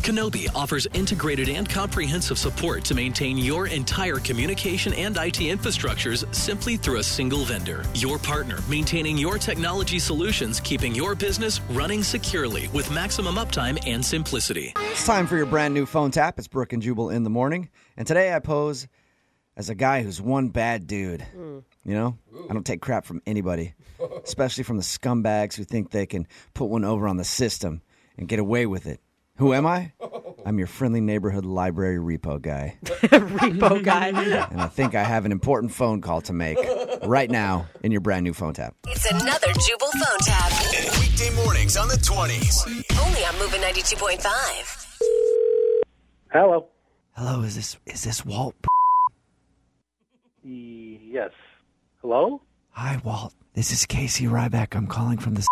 Kenobi offers integrated and comprehensive support to maintain your entire communication and IT infrastructures simply through a single vendor. Your partner maintaining your technology solutions, keeping your business running securely with maximum uptime and simplicity. It's time for your brand new phone tap. It's Brooke and Jubal in the morning. And today I pose as a guy who's one bad dude. Mm. You know, I don't take crap from anybody, especially from the scumbags who think they can put one over on the system and get away with it. Who am I? I'm your friendly neighborhood library repo guy. repo guy. And I think I have an important phone call to make right now in your brand new phone tap. It's another Jubal phone tab. Weekday mornings on the 20s. Only on Moving 92.5. Hello. Hello, is this is this Walt? Yes. Hello? Hi, Walt. This is Casey Ryback. I'm calling from the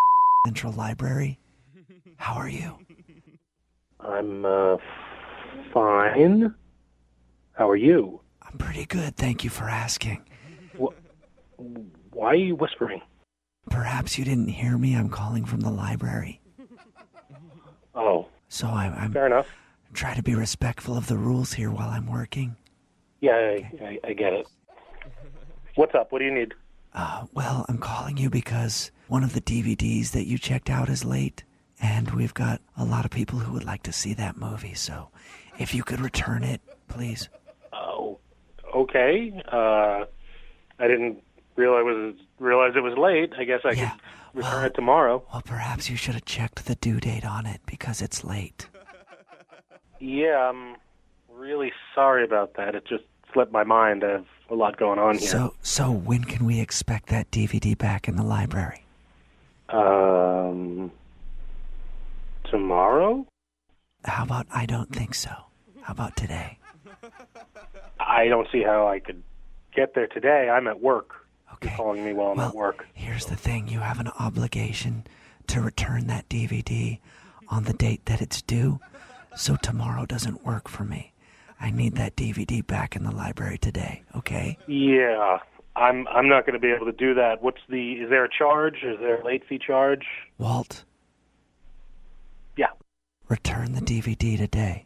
Central Library. How are you? I'm uh, fine. How are you? I'm pretty good. Thank you for asking. Why are you whispering? Perhaps you didn't hear me. I'm calling from the library. Oh, So I, I'm fair enough. trying to be respectful of the rules here while I'm working. Yeah, I, I, I get it. What's up? What do you need? Uh, well, I'm calling you because one of the DVDs that you checked out is late, and we've got a lot of people who would like to see that movie. So if you could return it, please. Oh, okay. Uh, I didn't realize was realize it was late. I guess I Yeah. could return it tomorrow. Well, perhaps you should have checked the due date on it because it's late. Yeah, I'm really sorry about that. It just slipped my mind. I have a lot going on here. So, so when can we expect that DVD back in the library? Um, tomorrow? How about I don't think so? How about today? I don't see how I could get there today. I'm at work. Okay. You're calling me while I'm well, at work. Here's the thing you have an obligation to return that DVD on the date that it's due, so tomorrow doesn't work for me. I need that DVD back in the library today, okay? Yeah, I'm. I'm not going to be able to do that. What's the? Is there a charge? Is there a late fee charge? Walt, Yeah. return the DVD today.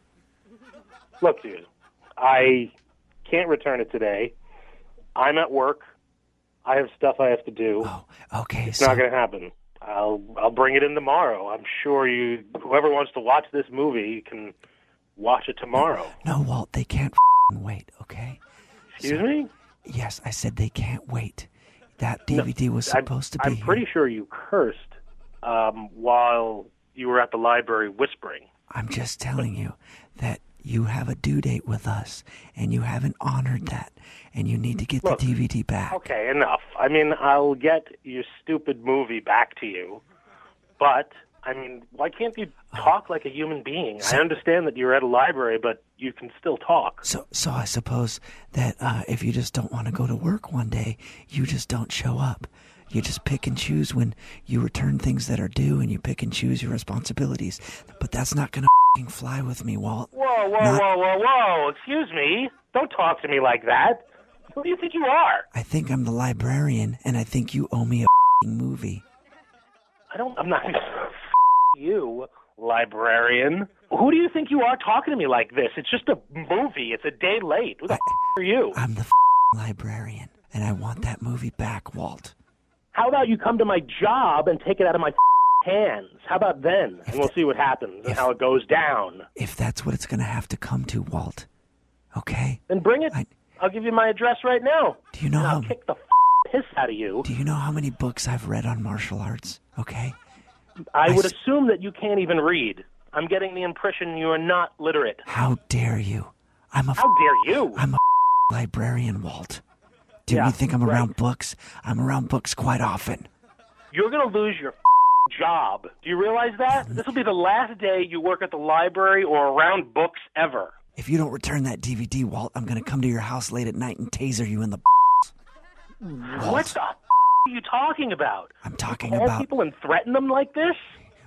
Look, dude, I can't return it today. I'm at work. I have stuff I have to do. Oh, okay. It's so, not going to happen. I'll I'll bring it in tomorrow. I'm sure you whoever wants to watch this movie can watch it tomorrow. No, Walt, they can't fing wait, okay? Excuse me? Yes, I said they can't wait. That DVD was I'm- supposed to I'm be. here. pretty sure you cursed um, while you were at the library whispering. I'm just telling you that you have a due date with us and you haven't honored that and you need to get Look, the DVD back. Okay, enough. I mean, I'll get your stupid movie back to you, but I mean, why can't you talk like a human being? I understand that you're at a library, but you can still talk. So so I suppose that uh, if you just don't want to go to work one day, you just don't show up. You just pick and choose when you return things that are due and you pick and choose your responsibilities. But that's not going to fing fly with me, Walt. Whoa, whoa, Not- whoa, whoa, whoa! Excuse me. Don't talk to me like that. Who do you think you are? I think I'm the librarian and I think you owe me a fing movie. I don't. I'm not. you, librarian. Who do you think you are talking to me like this? It's just a movie. It's a day late. Who the f- are you? I'm the fing librarian and I want that movie back, Walt. How about you come to my job and take it out of my f- hands? How about then? And we'll see what happens and how it goes down. if that's what it's going to have to come to, Walt. Okay? Then bring it. I- I'll give you my address right now. Do you know And I'll how- kick the f- piss out of you. Do you know how many books I've read on martial arts? Okay? I would s- assume that you can't even read. I'm getting the impression you are not literate. How dare you? I'm a f- How dare you? I'm a f- librarian, Walt. Do Yeah, you think I'm right. around books? I'm around books quite often. You're going to lose your f- job. Do you realize that? This will be the last day you work at the library or around books ever. If you don't return that DVD, Walt, I'm going to come to your house late at night and taser you in the. Walt, What the f- are you talking about? I'm talking Call about people and threaten them like this?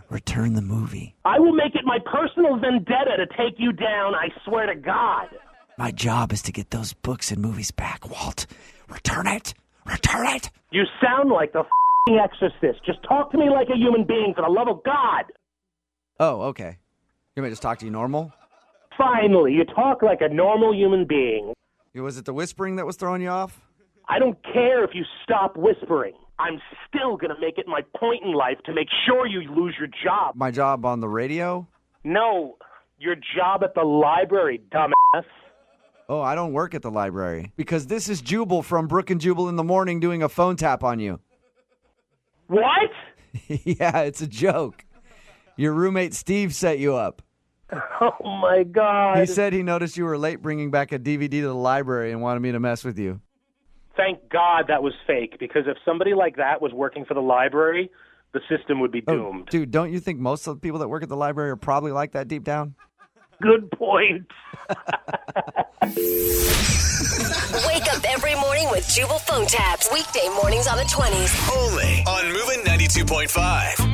return the movie. I will make it my personal vendetta to take you down, I swear to God. My job is to get those books and movies back, Walt. Return it. Return it. You sound like the f***ing exorcist. Just talk to me like a human being, for the love of God. Oh, okay. You want me to just talk to you normal? Finally, you talk like a normal human being. Was it the whispering that was throwing you off? I don't care if you stop whispering. I'm still going to make it my point in life to make sure you lose your job. My job on the radio? No, your job at the library, dumbass. Oh, I don't work at the library because this is Jubal from Brook and Jubal in the morning doing a phone tap on you. What? yeah, it's a joke. Your roommate Steve set you up. Oh my God. He said he noticed you were late bringing back a DVD to the library and wanted me to mess with you. Thank God that was fake because if somebody like that was working for the library, the system would be Oh, doomed. Dude, don't you think most of the people that work at the library are probably like that deep down? Good point. Wake up every morning with Jubal phone tabs. Weekday mornings on the 20s. Only on Moving 92.5.